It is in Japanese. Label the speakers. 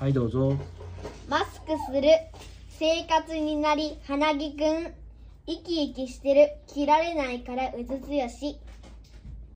Speaker 1: はいどうぞ
Speaker 2: マスクする生活になり鼻毛くん生き生きしてる切られないからうずつよし